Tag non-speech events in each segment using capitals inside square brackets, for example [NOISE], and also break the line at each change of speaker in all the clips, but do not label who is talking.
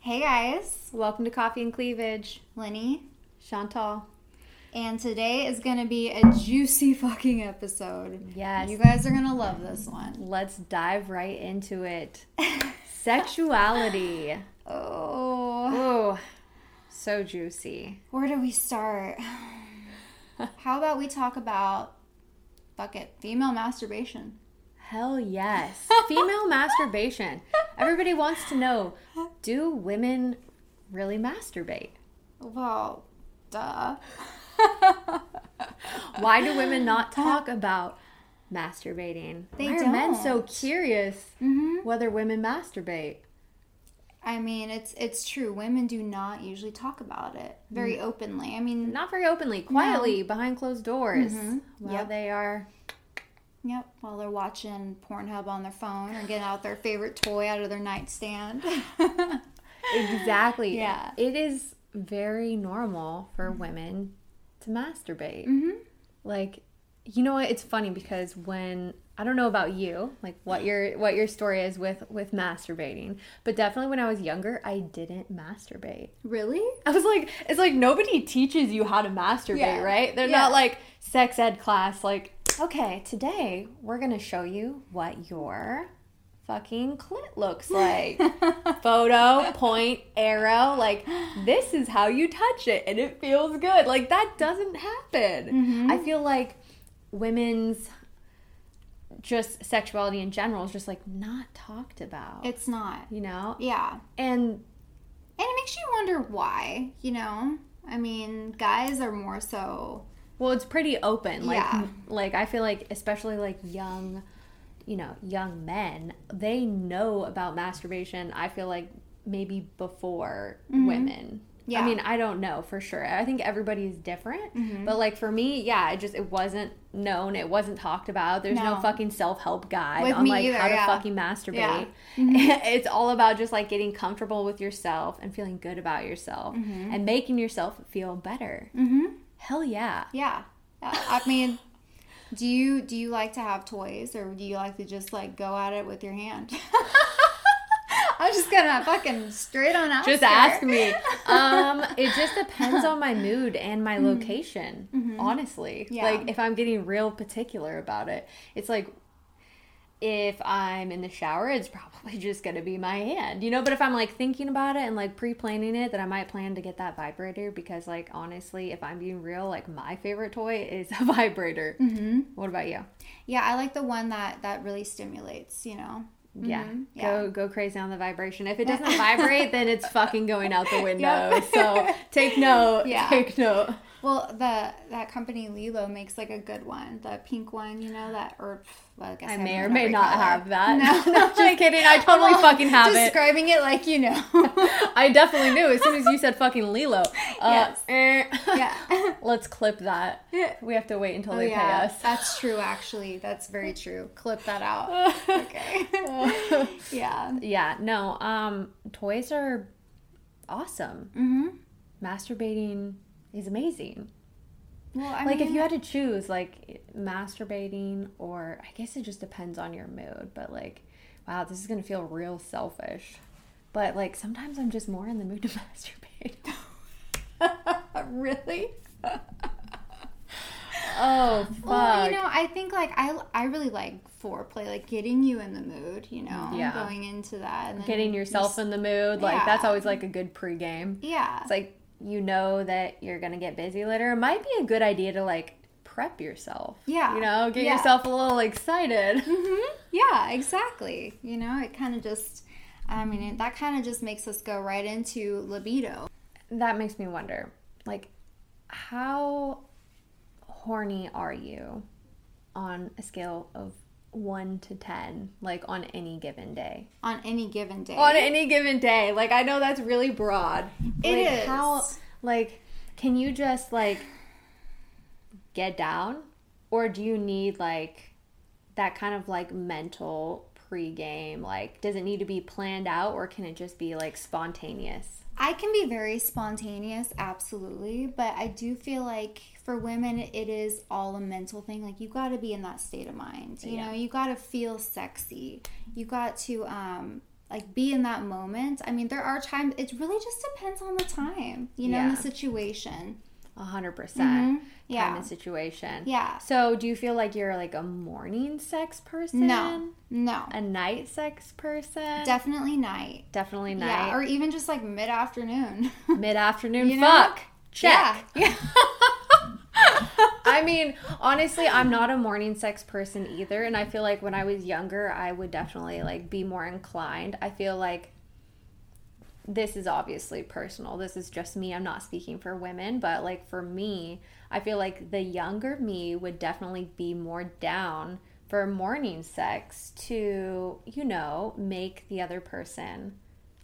Hey guys,
Welcome to Coffee and Cleavage,
Lenny,
Chantal.
and today is gonna be a juicy [LAUGHS] fucking episode.
Yes.
You guys are gonna love this one.
Let's dive right into [LAUGHS] it. Sexuality.
Oh,
Ooh, so juicy.
where do we start? How about we talk about, fuck it, female masturbation?
Hell yes. [LAUGHS] Female masturbation. Everybody wants to know do women really masturbate?
Well, duh.
Why do women not talk about masturbating?
They
Why are men so
don't.
curious whether women masturbate?
I mean, it's it's true. Women do not usually talk about it very openly. I mean,
Not very openly, quietly, behind closed doors. While
Yep.
they are
Yep, while they're watching Pornhub on their phone or getting out their favorite toy out of their nightstand. [LAUGHS]
Exactly.
Yeah.
It is very normal for women to masturbate. Like, you know what? It's funny because when I don't know about you, like what your what your story is with with masturbating, but definitely when I was younger, I didn't masturbate.
really?
I was like, it's like nobody teaches you how to masturbate,
Yeah.
right? They're
Yeah.
not like sex ed class, like, okay, today we're gonna show you what your fucking clit looks like.
[LAUGHS]
Photo, point, arrow, like, this is how you touch it and it feels good. Like, that doesn't happen.
Mm-hmm.
I feel like women's just sexuality in general is just like not talked about,
It's not.
you know?
Yeah.
And
And it makes you wonder why, you know? I mean, guys are more so.
Well, it's pretty open. Like,
Yeah.
like I feel like, especially like young, you know, young men, they know about masturbation. I feel like maybe before women.
Mm-hmm. Yeah. Mm-hmm.
I mean, I don't know for sure. I think everybody's different. But like for me, yeah, it just it wasn't known. It wasn't talked about. There's no,
No.
fucking self help guide
With
on
me
like
either,
how to
yeah.
fucking masturbate.
Yeah. Mm-hmm.
[LAUGHS] it's all about just like getting comfortable with yourself and feeling good about yourself
Mm-hmm.
and making yourself feel better.
Mhm.
Hell yeah.
Yeah. Uh, I mean, do you do you like to have toys or do you like to just like go at it with your hand? [LAUGHS] I'm just gonna fucking straight on out.
just ask [LAUGHS] me um it just depends on my mood and my location honestly
Yeah.
like if i'm getting real particular about it it's like if i'm in the shower it's probably [LAUGHS] just gonna be my hand you know but if i'm like thinking about it and like pre-planning it then i might plan to get that vibrator because like honestly if i'm being real like my favorite toy is a [LAUGHS] vibrator mm-hmm. what about you
Yeah, I like the one that that really stimulates. You know.
yeah.
yeah.
Mm-hmm. go go crazy on the vibration.
[LAUGHS]
If it doesn't vibrate, then it's fucking going out the window.
Yep. [LAUGHS]
So take note.
Yeah.
Take note.
Well, the that company Lilo makes like a good one, the pink one, you know that, or pff, well, I guess
I
have
may
it
or
in
may
every
not
color.
have that. [LAUGHS]
No.
just kidding. I totally
Well,
fucking
[LAUGHS]
have it.
Describing it like you know.
[LAUGHS] I definitely knew as soon as you said fucking Lilo. Uh, [LAUGHS] eh.
yeah.
Let's clip
[LAUGHS]
that. We have to wait until
Oh
they
yeah,
pay us. [LAUGHS]
that's true. Actually, that's very true. Clip that out. Okay. [LAUGHS] yeah.
Yeah, no. Um, toys are awesome.
Mm-hmm.
Masturbating is amazing.
Well, I
like
mean,
if you had to choose like masturbating or i guess it just depends on your mood but like wow this is gonna feel real selfish but like sometimes i'm just more in the mood to [LAUGHS] masturbate
[LAUGHS] really.
oh fuck
Well, you know, I think like I I really like foreplay, like getting you in the mood. You know,
Mm-hmm. Yeah.
going into that and then
getting yourself in the mood like
Yeah.
that's always like a good pregame
Yeah.
it's like you know that you're gonna get busy later it might be a good idea to like prep yourself
Yeah.
you know get
Yeah.
yourself a little excited
hmm Yeah, exactly. You know, it kind of just, I mean, it, that kind of just makes us go right into libido.
that makes me wonder like how horny are you on a scale of 1 to 10 like on any given day
On any given day.
on any given day like i know that's really broad
It
Like,
is.
how like can you just like get down or do you need like that kind of like mental pregame like does it need to be planned out or can it just be like spontaneous
I can be very spontaneous, absolutely, but I do feel like for women, it is all a mental thing. Like you got to be in that state of mind. You know, you got to feel sexy. You got to um, like be in that moment. I mean, there are times it really just depends on the time, you know, and
Yeah.
the situation.
A hundred percent.
Yeah.
Kind of situation.
Yeah.
So do you feel like you're like a morning sex person?
No. No.
A night sex person?
Definitely night.
Definitely night.
Yeah, or even just like mid [LAUGHS] afternoon.
Mid afternoon
You know?
fuck.
Yeah.
Check. [LAUGHS] I mean, honestly, I'm not a morning sex person either. And I feel like when I was younger, I would definitely like be more inclined. I feel like this is obviously personal. This is just me. I'm not speaking for women, but like for me, I feel like the younger me would definitely be more down for morning sex to, you know, make the other person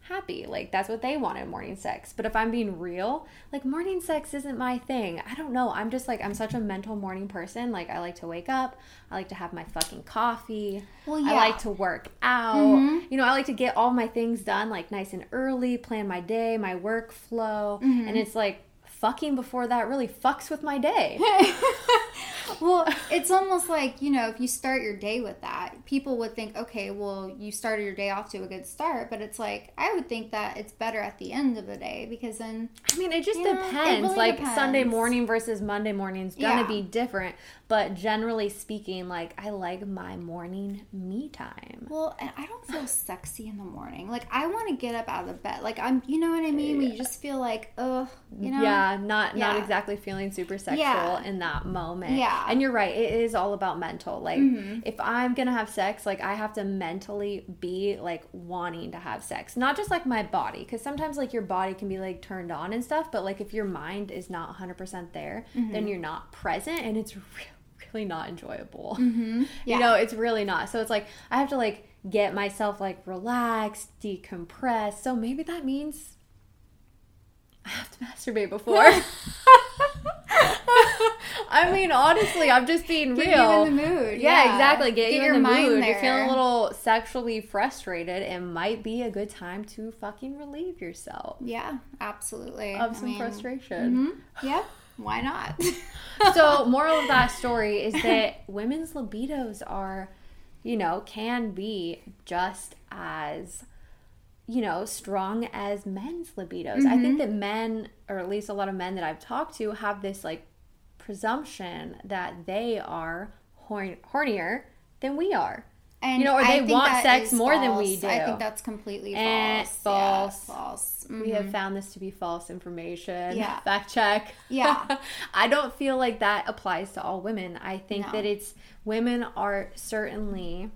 happy. Like that's what they wanted morning sex. But if I'm being real, like morning sex isn't my thing. I don't know. I'm just like I'm such a mental morning person. Like I like to wake up. I like to have my fucking coffee.
Well,
I
yeah.
like to work out.
Mm-hmm.
You know, I like to get all my things done like nice and early, plan my day, my workflow,
Mm-hmm.
and it's like fucking before that really fucks with
[LAUGHS]
my day. [LAUGHS]
well, it's almost like, you know, if you start your day with that, people would think, okay, well, you started your day off to a good start, but it's like, I would think that it's better at the end of the day because then,
I mean, it just
Yeah, it
depends.
really
like
depends.
Sunday morning versus Monday morning is gonna
Yeah.
be different, but generally speaking, like I like my morning me time.
well, and I don't feel sexy in the morning. Like, I want to get up out of the bed. Like, I'm, you know what I mean? When you just feel like, ugh, you know?
yeah, not not
Yeah.
exactly feeling super sexual
Yeah.
in that moment.
Yeah. Mm-hmm.
and you're right. It is all about mental. Like if I'm gonna have sex, like I have to mentally be like wanting to have sex, not just like my body, because sometimes like your body can be like turned on and stuff, but like if your mind is not 100 percent there,
Mm-hmm.
then you're not present, and it's [LAUGHS] really really not enjoyable.
Yeah.
You know, it's really not. So it's like I have to like get myself like relaxed, decompress. So maybe that means I have to
[LAUGHS]
masturbate before. I mean, honestly, I'm just being
Get
real.
you in the mood.
yeah, exactly. Get, you in
your
the
mind
mood.
there.
You're feeling a little sexually frustrated. It might be a good time to fucking relieve yourself
Yeah, absolutely. I
of some
mean,
frustration.
Yeah, why not? [LAUGHS]
so, moral of that story is that women's libidos are, you know, can be just as you know, strong as men's libidos. I think that men, or at least a lot of men that I've talked to, have this like presumption that they are horn- hornier than we are.
And
know, or
I
they
think
want
that is
sex more than we
false. I
do.
think that's completely
Eh,
false. Yeah,
false.
false. Mm.
We have found this to be false information.
Yeah.
[LAUGHS] Fact check.
Yeah.
[LAUGHS] I don't feel like that applies to all women. I think
No.
that it's women are certainly,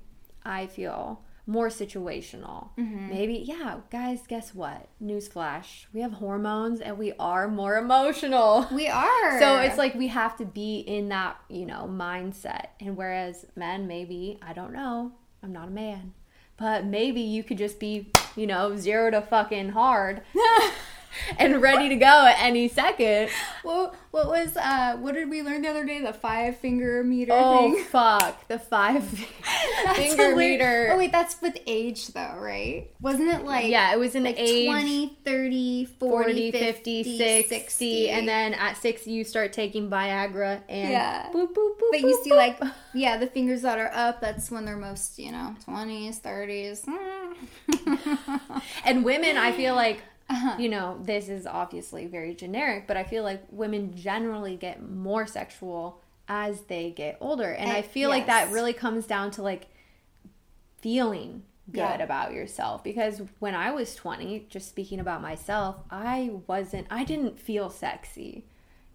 I feel, more situational.
Mm-hmm.
Maybe, yeah, guys, guess what? Newsflash. We have hormones and we are more emotional. [LAUGHS]
We are.
So it's like we have to be in that, you know, mindset. And whereas men, maybe, I don't know, I'm not a man, but maybe you could just be, you know, zero to
[LAUGHS]
fucking hard and ready to go at any second.
what, what was uh what did we learn the other day? The five finger meter
Oh,
thing.
fuck. The five [LAUGHS] finger
[LAUGHS] That's hilarious.
meter.
Oh wait, that's with age though, right? Wasn't it like
yeah, it was an age.
20, 30, 40,
40, 50, 60, and then at 60 you start taking Viagra and
Yeah.
boop, boop, boop,
but you
boop,
see like
boop. [LAUGHS]
yeah, the fingers that are up, that's when they're most, you know, 20s, 30s. Mm.
And women, I feel like,
Uh-huh.
you know, this is obviously very generic, but I feel like women generally get more sexual as they get older. And
Eh,
I feel like that
yes.
really comes down to like feeling good
Yeah.
about yourself. Because when I was 20, just speaking about myself, I wasn't, I didn't feel sexy.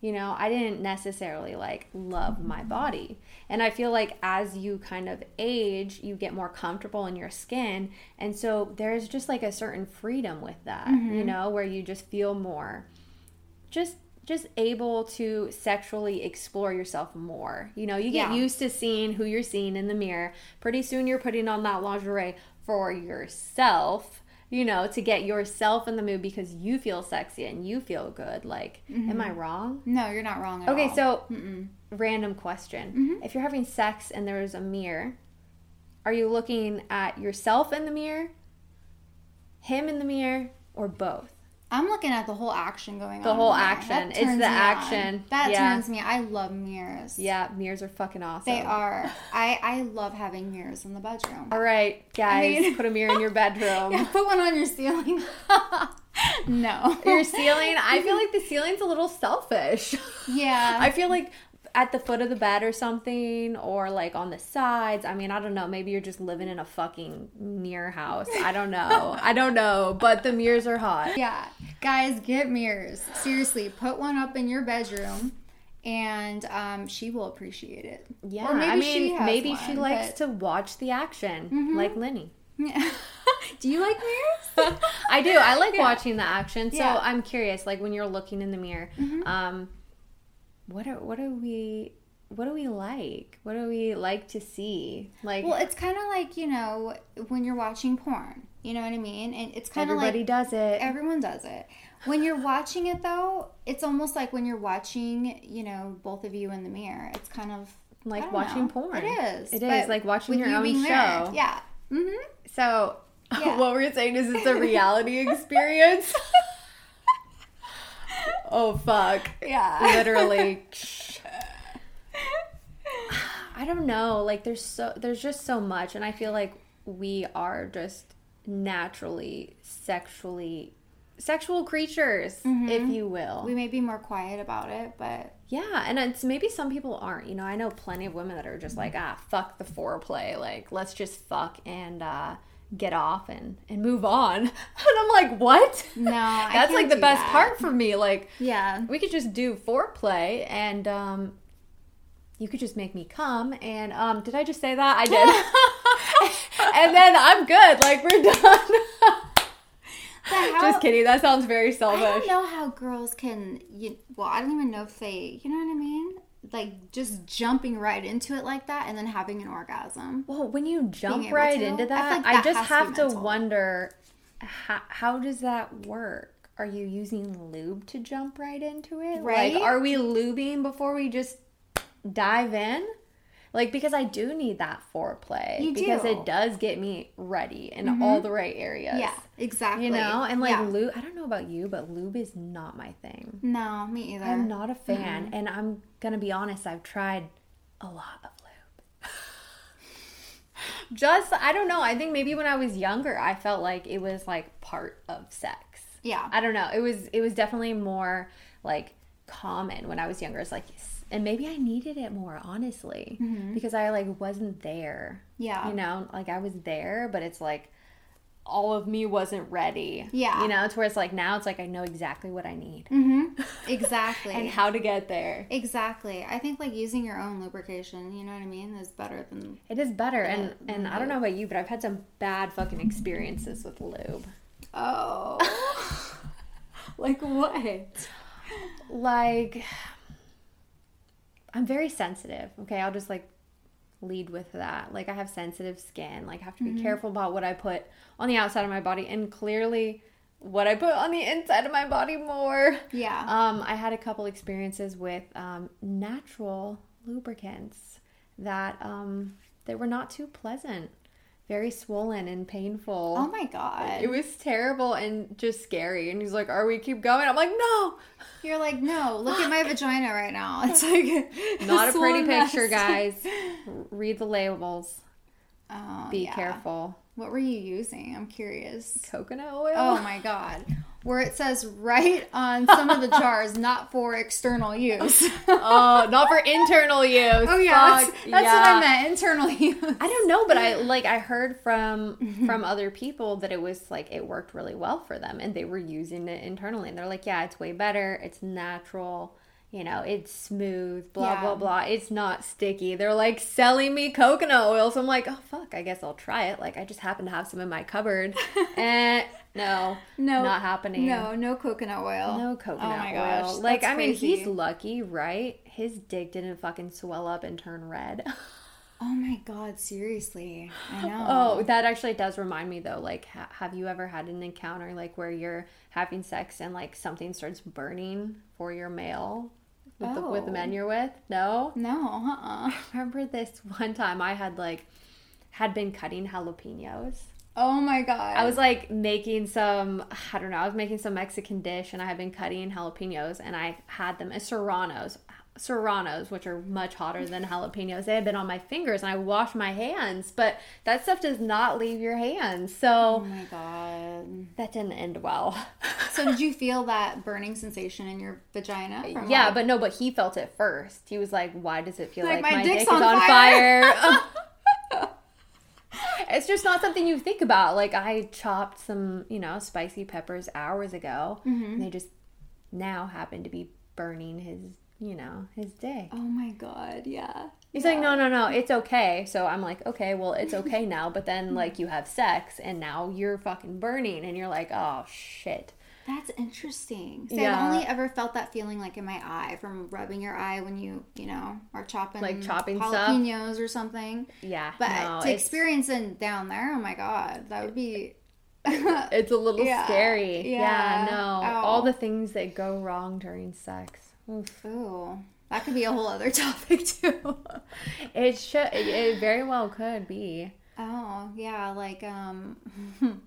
You know, I didn't necessarily like love my body. And I feel like as you kind of age, you get more comfortable in your skin. And so there's just like a certain freedom with that, you know, where you just feel more just just able to sexually explore yourself more. You know, you get
Yeah.
used to seeing who you're seeing in the mirror. Pretty soon you're putting on that lingerie for yourself, you know, to get yourself in the mood because you feel sexy and you feel good. Like, am I wrong?
[LAUGHS] Mm-hmm. no, Mm-hmm. you're not wrong at
Okay,
all.
so random question. If you're having sex and there's a mirror, are you looking at yourself in the mirror, him in the mirror, or both?
I'm looking at the whole action going
The
on.
whole
in there.
action.
That
It's
turns
the
me on.
action.
That
Yeah.
turns me. I love mirrors.
Yeah, mirrors are fucking awesome.
They are. I I love having mirrors in the bedroom. [LAUGHS]
All right, guys,
mean-
put a mirror
[LAUGHS]
in your bedroom.
Yeah, put one on your ceiling. [LAUGHS] no.
Your ceiling, I feel like the ceiling's a little selfish.
Yeah.
[LAUGHS] I feel like at the foot of the bed or something, or like on the sides. I mean, I don't know. Maybe you're just living in a fucking mirror house. I
[LAUGHS]
don't know. I don't know. But the mirrors are
[LAUGHS]
hot.
Yeah. Guys, get mirrors. Seriously, put one up in your bedroom and um, she will appreciate it.
Yeah,
Or maybe
I mean,
she has
maybe she
one,
likes
but- Mm-hmm.
to watch the action, like Lenny.
[LAUGHS]
[LAUGHS]
Do you like [LAUGHS] mirrors?
I do. I like watching the action. So
Yeah. Mm-hmm.
I'm curious, like when you're looking in the mirror, um, what are what are we what do we like? What do we like to see? Like
well, it's kind of like, you know, when you're watching porn. You know what I mean? And it's kind of
everybody
like
does it.
everyone does it. When you're watching it, though, it's almost like when you're watching, you know, both of you in the mirror. It's kind of I
like
don't
watching
know.
porn.
It is.
It
but
is like watching
with
your
you
own
being
show.
there, Yeah. Mm-hmm.
So [LAUGHS]
Yeah.
what we're saying is it's a
[LAUGHS]
reality experience. [LAUGHS] oh fuck.
Yeah.
Literally. [LAUGHS] I don't know. Like there's so there's just so much and I feel like we are just naturally sexually sexual creatures, if you will.
Mm-hmm. we may be more quiet about it, but
yeah, and it's maybe some people aren't. You know, I know plenty of women that are just like, ah, fuck the foreplay. Like, let's just fuck and uh get off and and move on. [LAUGHS] And I'm like, "What?"
No, I
[LAUGHS] That's
can't
like the
do
best
that.
part for me. Like,
yeah.
we could just do foreplay and um you could just make me come and um did i just say that i did [LAUGHS] and then i'm good like we're done just kidding that sounds very
I don't
selfish
know how girls can. You, well, I don't even know if they. You know what I mean? Like just jumping right into it like that, and then having an orgasm.
well when you jump
able
right
to,
into
I feel
that
like
i
that
just
has to be
have to
mental.
wonder how, how does that work are you using lube to jump right into it
Right?
like are we lubing before we just dive in like because i do need that foreplay
You
because
do. Mm-hmm.
it does get me ready in all the right areas
Yeah, exactly.
you know and like
Yeah.
lube i don't know about you but lube is not my thing
no, me either.
i'm not a
Mm-hmm.
fan and i'm gonna be honest i've tried a lot of lube [LAUGHS] just i don't know i think maybe when i was younger i felt like it was like part of sex
yeah,
I don't know. It was it was definitely more like common when I was younger. It's like and maybe I needed it more honestly because I like wasn't there.
Mm-hmm. Yeah.
You know, like I was there, but it's like all of me wasn't ready.
Yeah. Mm-hmm.
You know, it's where it's like now it's like I know exactly what I need
exactly.
and how to get there.
exactly. I think like using your own lubrication. You know what I mean? Is better than.
It is better and and I don't know about you, but I've had some bad fucking experiences with lube. [LAUGHS]
Oh. like what?
like I'm very sensitive. Okay, I'll just like lead with that. Like I have sensitive skin. Like I have to be
Mm-hmm.
careful about what I put on the outside of my body and clearly what I put on the inside of my body more.
Yeah.
Um I had a couple experiences with um natural lubricants that um they were not too pleasant. Very swollen and painful.
oh my god.
It was terrible and just scary. And he's like, "Are we keep going?" I'm like, "No,
You're like, no, look
[LAUGHS]
at my vagina right now. It's like
Not a
so [LAUGHS]
pretty
messed.
picture, guys. [LAUGHS] Read the labels.
Oh,
Be
yeah.
careful.
What were you using? I'm curious.
Coconut oil.
Oh my god. Where it says right on some
[LAUGHS]
of the jars, not for external use.
Oh, not for internal [LAUGHS] use.
[LAUGHS] oh yeah, that's,
Fuck,
that's what I
yeah.
meant. Internal use.
I don't know, but I like I heard from
Mm-hmm.
from other people that it was like it worked really well for them, and they were using it internally, and they're like, yeah, it's way better. It's natural. You know, it's smooth. Blah
Yeah.
blah blah. It's not sticky. They're like selling me coconut oil, so I'm like, oh fuck, I guess I'll try it. Like I just happen to have some in
[LAUGHS]
my cupboard, and no,
No,
not happening.
[LAUGHS] No, no coconut oil.
No coconut
Oh my gosh.
oil. Like
that's
I mean,
crazy.
he's lucky, right? His dick didn't fucking swell up and turn red. [LAUGHS]
Oh my god, seriously. I know.
Oh, that actually does remind me though. Like, ha- have you ever had an encounter like where you're having sex and like something starts burning for your male with, the, with the
Oh.
men you're with? No.
No, uh uh
[LAUGHS] Remember this one time I had like had been cutting jalapenos
Oh my god.
I was like making some, I don't know, I was making some Mexican dish and I had been cutting jalapenos and I had them as serranos, serranos, which are much hotter than jalapenos. They had been on my fingers and I washed my hands, but that stuff does not leave your hands.
Oh
So
my god.
that didn't end well. [LAUGHS]
So did you feel that burning sensation in your vagina? from,
yeah,
like-
but no, but he felt it first. He was like, why does it feel
Like,
like,
"My
my,
dick's
dick
on
is on
fire."
fire?
[LAUGHS]
it's just not something you think about. Like I chopped some, you know, spicy peppers hours ago,
Mm-hmm.
and they just now happen to be burning his, you know, his dick.
Oh my god. Yeah.
He's like, no, no, no, it's okay. So I'm like, okay, well,
[LAUGHS]
it's okay now. But then, like, you have sex, and now you're fucking burning, and you're like, oh shit.
That's interesting. See,
Yeah.
I've only ever felt that feeling like in my eye from rubbing your eye when you, you know, are chopping
Like chopping stuff?
jalapenos or something.
Yeah,
But
no,
to
it's-
experience it down there, oh my god, that would be [LAUGHS]
It's a little
Yeah.
scary. Yeah,
Yeah. Oh.
no.
Ow.
All the things that go wrong during sex. Oof.
ooh. That could be a whole other [LAUGHS] topic too.
It should. It, it very well
[LAUGHS]
could be.
oh, yeah, like um [LAUGHS]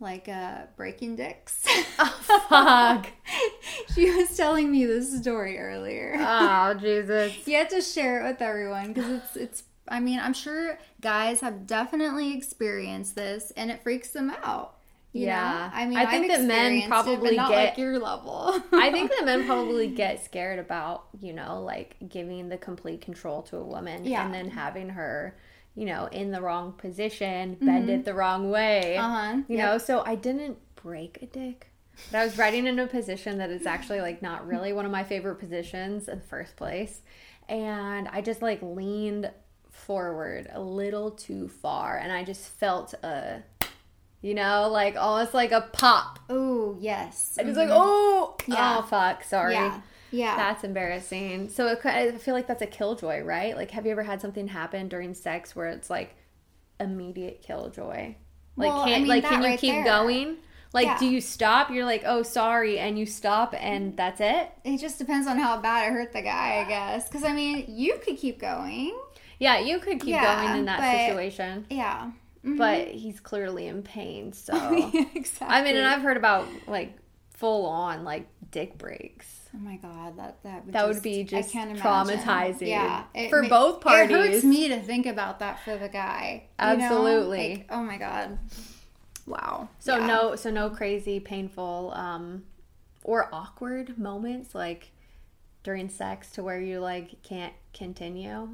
like uh breaking dicks.
Oh, Fuck.
[LAUGHS] she was telling me this story earlier.
oh Jesus.
you have to share it with everyone because it's it's i mean i'm sure guys have definitely experienced this and it freaks them out you
Yeah.
know? i mean
I think
I've
that men
experienced it, but
probably
not
get-
like your level [LAUGHS]
I think that men probably get scared about you know like giving the complete control to a woman
Yeah.
and then having her you know in the wrong position, bend it the wrong way.
Mm-hmm. uh-huh
You
Yep.
know, so I didn't break a dick. But I was writing in a position that is actually like not really one of my favorite positions in the first place. And I just like leaned forward a little too far and I just felt a you know, like almost like a pop.
oh yes
I was like, oh,
Yeah.
oh, fuck, sorry.
yeah yeah
That's embarrassing. So it, I feel like that's a killjoy, right? Like, have you ever had something happen during sex where it's like immediate killjoy? Like,
Well, I
can
mean,
like
that
can you
right
keep
there.
going? Like,
Yeah.
do you stop? You're like, oh, sorry, and you stop, and that's it.
it just depends on how bad it hurt the guy i guess because i mean you could keep going
Yeah, you could keep
Yeah,
going in that
but- Mm-hmm.
situation,
yeah
but he's clearly in
[LAUGHS]
pain. So,
exactly
Oh. I mean, and I've heard about like full on like dick breaks.
Oh my god, that that would,
That would
just,
be
I
just
can't imagine.
traumatizing
Yeah,
for
ma-
both
It hurts
parties.
me to think about that for the guy. you know?
Absolutely.
Like, oh my god. Wow.
So
Yeah.
no, so no crazy, painful, um, or awkward moments like during sex to where you like can't continue.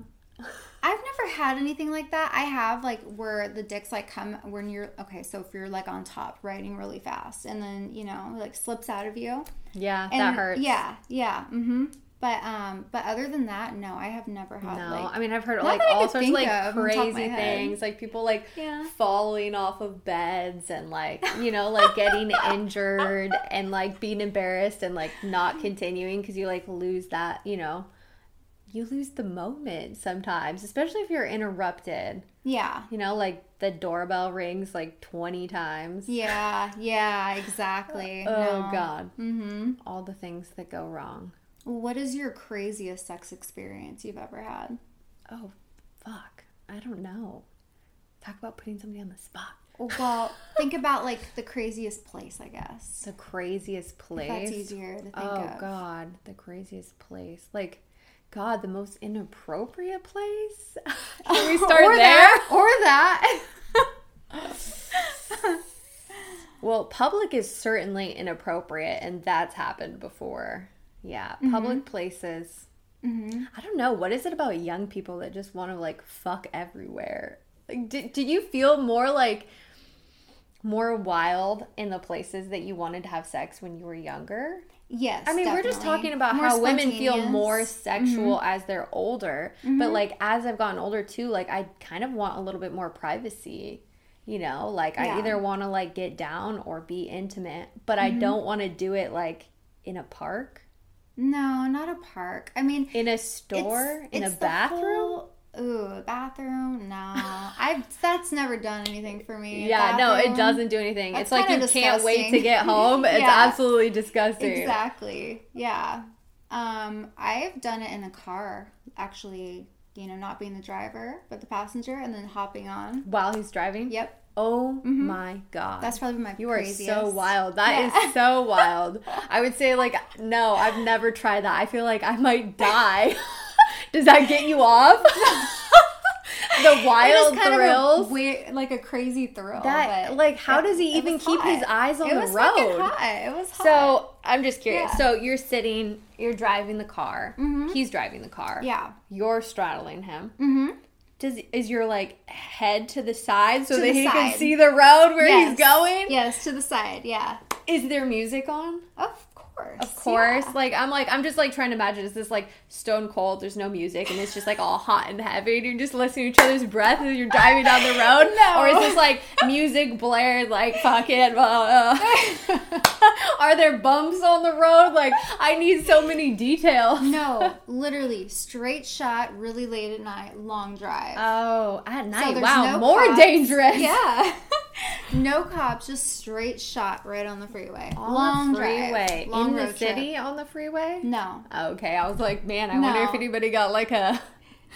I've never had anything like that. I have like where the dicks like come when you're okay. So if you're like on top riding really fast, and then you know like slips out of you,
Yeah,
and
that hurts.
Yeah, yeah. Mm-hmm. But um, but other than that, no, I have never
No,
had like
I mean I've heard
Not
like
that I
all
could
sorts
think
of like
of on top of my
crazy
head.
things, like people like
Yeah.
falling off of beds and like you know like getting
[LAUGHS]
injured and like being embarrassed and like not continuing because you like lose that you know you lose the moment sometimes, especially if you're interrupted.
yeah.
You know, like the doorbell rings like 20 times.
Yeah, yeah, exactly.
Oh,
no.
God.
Mm-hmm.
All the things that go wrong.
What is your craziest sex experience you've ever had?
Oh, fuck. I don't know. Talk about putting somebody on the spot.
Well, think about like the craziest place, I guess.
The craziest place.
That's easier to think
oh,
of.
God. The craziest place. Like, God, the most inappropriate place? [LAUGHS]
[LAUGHS]
Can we start
or
there?
that, or that.
Well, public is certainly inappropriate, and that's happened before. Yeah, public places. I don't know. What is it about young people that just want to like fuck everywhere? Like, do, do you feel more like more wild in the places that you wanted to have sex when you were younger?
Yes.
I mean, we're just
definitely.
talking about
More
how women feel
spontaneous. Mm-hmm.
more sexual as they're older. But like as I've gotten older too, like I kind of want a little bit more privacy. You know, like
Yeah.
I either want to like get down or be intimate, but
Mm-hmm.
I don't want to do it like in a park,
No, not a park. I mean,
in a store, in
it's
a
the
bathroom.
whole- ooh, a bathroom? No, I've that's never done anything for me. a
Yeah, no, it
bathroom.
doesn't do anything.
That's
it's like you
kinda
can't wait to
disgusting. [LAUGHS]
get home. It's
Yeah.
absolutely disgusting.
Exactly. Yeah. Um, I've done it in a car actually you know, not being the driver, but the passenger, and then hopping on.
While he's driving?
Yep.
Oh
Mm-hmm.
my god.
That's probably my
you are
craziest.
so wild. That
[LAUGHS]
is so wild. I would say like no, I've never tried that. I feel like I might die. [LAUGHS] Does that get you off? [LAUGHS] the wild
It is kind
thrills.
Of a weird, like a crazy thrill.
that
but
like how does he
it
even
was
keep
hot.
his eyes on
it
the
was fucking
road?
Hot. It was hot.
So I'm just curious.
Yeah. Mm-hmm.
So you're sitting, you're driving the car. He's driving the car.
yeah.
You're straddling him.
Mm-hmm.
Does is your like head to the side so
To
that
the
he
side.
can see the road where
Yes.
he's going?
Yes, to the side. Yeah.
Is there music on?
Of course.
Of course.
yeah.
Like I'm like I'm just like trying to imagine is this like stone cold, there's no music and it's just like all hot and heavy and you're just listening to each other's breath as you're driving down the road?
[LAUGHS] No.
Or is this like music blared like fuck it blah, blah. [LAUGHS] Are there bumps on the road? Like I need so many details.
[LAUGHS]
[LAUGHS]
No, literally straight shot, really late at night, long drive.
Oh, at night.
there's
wow,
no
more
cops.
dangerous. [LAUGHS]
Yeah. [LAUGHS] no cops, just straight shot right on the freeway.
On
long
the freeway.
drive. Long
In the
road trip.
city on the freeway?
No.
Okay, I was like, man, I wonder
No.
if anybody got like a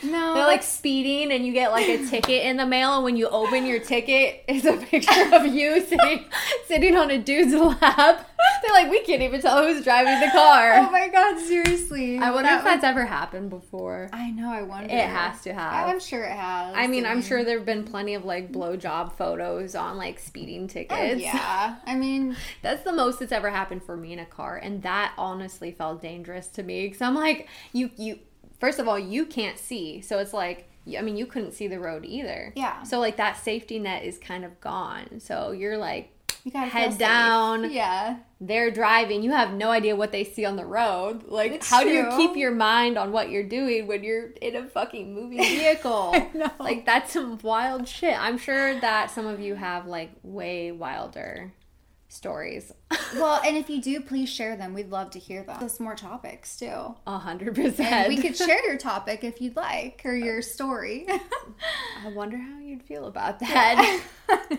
No.
They're like speeding, and you get
[LAUGHS]
like a ticket in the mail, and when you open your ticket, it's a picture of you [LAUGHS] sitting sitting on a dude's lap. They're like, we can't even tell who's driving the
Oh
car.
my god, seriously.
I wonder
That
if
was-
that's ever happened before.
I know, I wonder.
It has to have.
I'm sure it has.
I mean, I'm sure there have been plenty of like blowjob photos on like speeding
Oh,
tickets.
yeah. I mean,
That's the most that's ever happened for me in a car, and that honestly felt dangerous to me because I'm like, you, you. First of all, you can't see, so it's like, I mean, you couldn't see the road either.
Yeah.
So like that safety net is kind of gone. So you're like,
you gotta
Head
feel safe.
down.
Yeah.
they're driving, you have no idea what they see on the road. Like,
It's
how do
true.
you keep your mind on what you're doing when you're in a fucking
[LAUGHS]
moving vehicle?
know.
Like that's some wild shit. I'm sure that some of you have like way wilder stories. [LAUGHS]
Well, and if you do, please share them. We'd love to hear them. There's more topics too.
A hundred percent.
And we could share your topic if you'd like, or your
[LAUGHS]
story.
I wonder how you'd feel about that. [LAUGHS]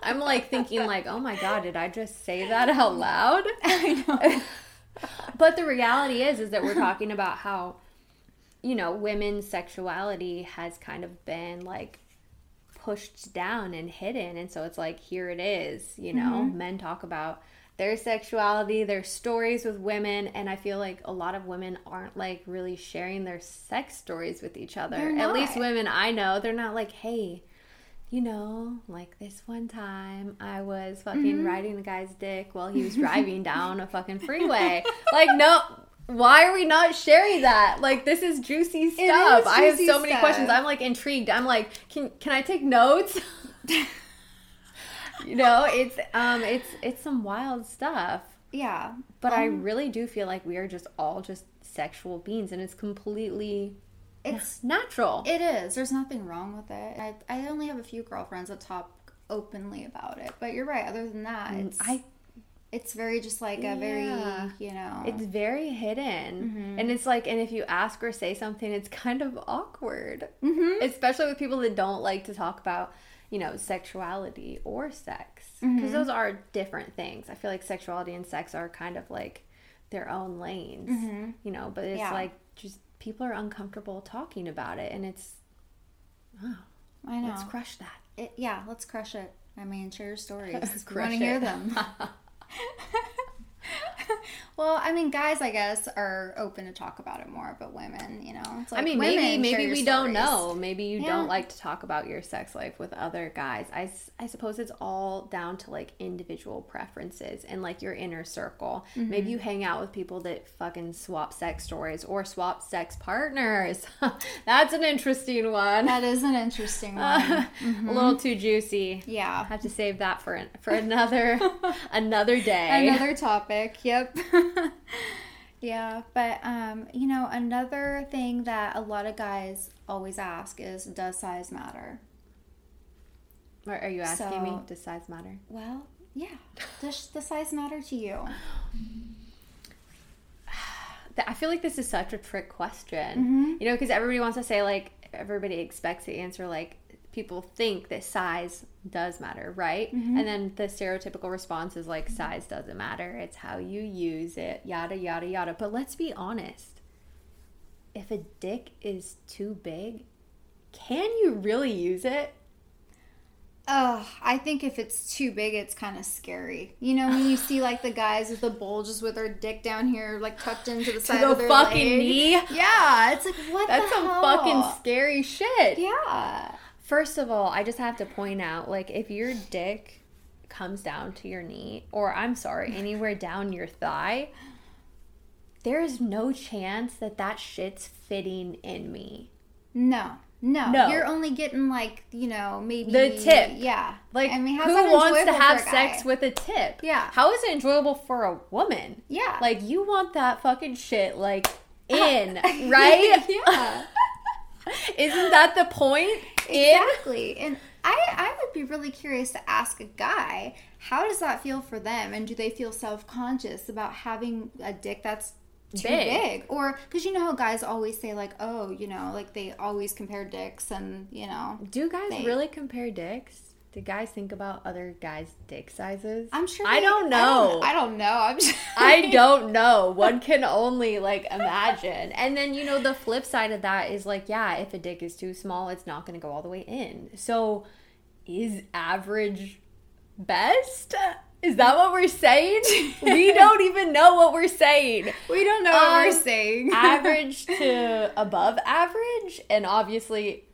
I'm like thinking like, oh my god, did I just say that out loud?
I
[LAUGHS]
know.
But the reality is is that
[LAUGHS]
we're talking about how, you know, women's sexuality has kind of been like pushed down and hidden and so it's like here it is, you know.
Mm-hmm.
Men talk about their sexuality, their stories with women, and I feel like a lot of women aren't like really sharing their sex stories with each other.
They're
At least
not.
women I know, they're not like, hey, you know, like this one time I was fucking
Mm-hmm.
riding a guy's dick while he
[LAUGHS]
was driving down a fucking freeway. like, no, why are we not sharing that? Like, this is juicy stuff. I have
juicy
so many questions.
stuff.
I'm like intrigued. I'm like, can can I take notes? [LAUGHS] you know, it's um, it's it's some wild stuff.
Yeah.
But I
Um,
really do feel like we are just all just sexual beings, and it's completely
It's
natural.
It is. There's nothing wrong with it. I, I only have a few girlfriends that talk openly about it. But you're right. Other than that, it's
Mm, I
it's very just like a
Yeah.
very you know.
It's very hidden. And it's like, and if you ask or say something, it's kind of awkward. Mm-hmm. Especially with people that don't like to talk about, you know, sexuality or sex. Because those are different things. I feel like sexuality and sex are kind of like their own lanes, you know, but it's
Yeah.
like just people are uncomfortable talking about it. And it's, wow,
I know.
let's crush that.
It- yeah, let's crush it. I mean, share your
[LAUGHS]
stories. we
Crush
want to hear
it. [LAUGHS]
them. [LAUGHS] well, I mean, guys, I guess are open to talk about it more, but women, you know, it's like
I mean,
women,
maybe
share
maybe
your
we don't
stories.
know. Maybe you
Yeah.
don't like to talk about your sex life with other guys. I, s- I suppose it's all down to like individual preferences and like your inner circle.
Mm-hmm.
Maybe you hang out with people that fucking swap sex stories or swap sex partners. [LAUGHS] That's an interesting one.
That is an interesting one.
[LAUGHS] A little too juicy.
yeah.
Have to save that for an-
[LAUGHS]
for another another day.
another topic yep [LAUGHS] yeah but um you know another thing that a lot of guys always ask is does size matter
Or are you asking
So-
me? Does size matter?
well yeah
[LAUGHS]
does the size matter to you
Th- I feel like this is such a trick question.
Mm-hmm.
You know, because everybody wants to say like everybody expects the answer like people think that size does matter, right?
Mm-hmm.
And then the stereotypical response is like size doesn't matter. It's how you use it, yada yada yada. But let's be honest. if a dick is too big, can you really use it?
Oh, I think if it's too big, it's kind of scary. You know, when you see like the guys with the bulges with their dick down here, like tucked into the side
the
of their
fucking
leg.
knee?
Yeah, it's like what?
That's
the
some
hell?
fucking scary shit.
Yeah.
First of all, I just have to point out like if your dick comes down to your knee or
[LAUGHS]
I'm sorry, anywhere down your thigh, there is no chance that that shit's fitting in me.
No, no,
No.
You're only getting like you know maybe
The tip.
Yeah.
Like
I mean, how's
who
that
wants to
enjoyable
have
for a guy?
sex with a tip?
Yeah.
How is it enjoyable for a woman?
Yeah.
Like you want that fucking
[LAUGHS]
shit like in, right?
yeah.
[LAUGHS] Isn't that the point? In
Exactly. And I, I would be really curious to ask a guy, how does that feel for them? And do they feel self conscious about having a dick that's too
Big.
big? Or, because you know how guys always say, like, oh, you know, like they always compare dicks and, you know.
Do guys
They-
really compare dicks? Do guys think about other guys' dick sizes?
I'm sure.
I
they-
don't know.
I don't, I don't know. I'm just.
[LAUGHS] I don't know. One can only like imagine. And then you know the flip side of that is like, yeah, if a dick is too small, it's not going to go all the way in. So is average best? Is that what
[LAUGHS]
we're saying? we don't even know what we're saying.
[LAUGHS] We don't know what
Um,
we're saying.
Average to above average and obviously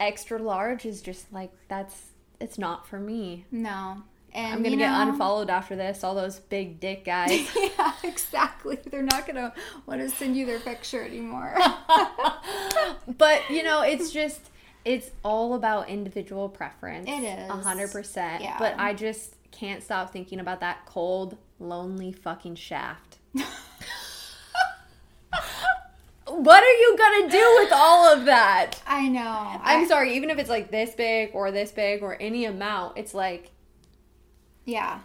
extra large is just like that's it's not for me.
[LAUGHS] no. And
I'm going to
you
get
know-
unfollowed after this. All those big dick guys. [LAUGHS]
[LAUGHS] yeah, exactly. They're not going to want to send you their picture anymore. [LAUGHS]
but you know, it's just it's all about individual preference.
It is.
a hundred percent.
Yeah.
But I just can't stop thinking about that cold, lonely
[LAUGHS]
fucking shaft. what are you gonna do with all of that?
I know.
I'm sorry, even if it's like this big or this big or any amount, it's like
Yeah.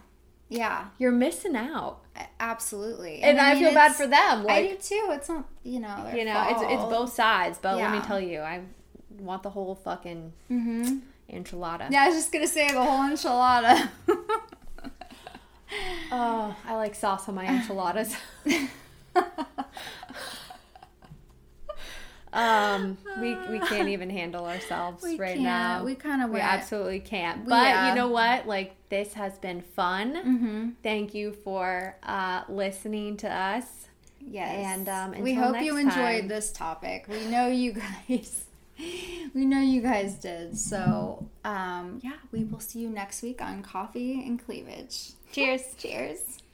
Yeah,
you're missing out.
a- absolutely.
And, I,
mean,
feel bad
it's-
for them. Like
I do too. It's not, you know, their
you know, it's it's
fault.
both sides, but let me
Yeah.
tell you, I want the whole fucking [LAUGHS] enchilada.
Mm-hmm. Yeah, I was just gonna say the whole enchilada. [LAUGHS]
Oh, I like sauce on my
Uh. [LAUGHS]
enchiladas. um, we we can't even handle ourselves
Uh. We
right
can't.
now.
We kinda
we
went- uh,
absolutely can't. But
yeah.
you know what? Like this has been fun.
Mm-hmm.
Thank you for uh, listening to us.
yes,
And, um,
we
until
hope
next
you
time.
enjoyed this topic. We know you guys. [LAUGHS] We know you guys did. So, um, yeah, we will see you next week on Coffee and Cleavage.
Cheers.
Cheers.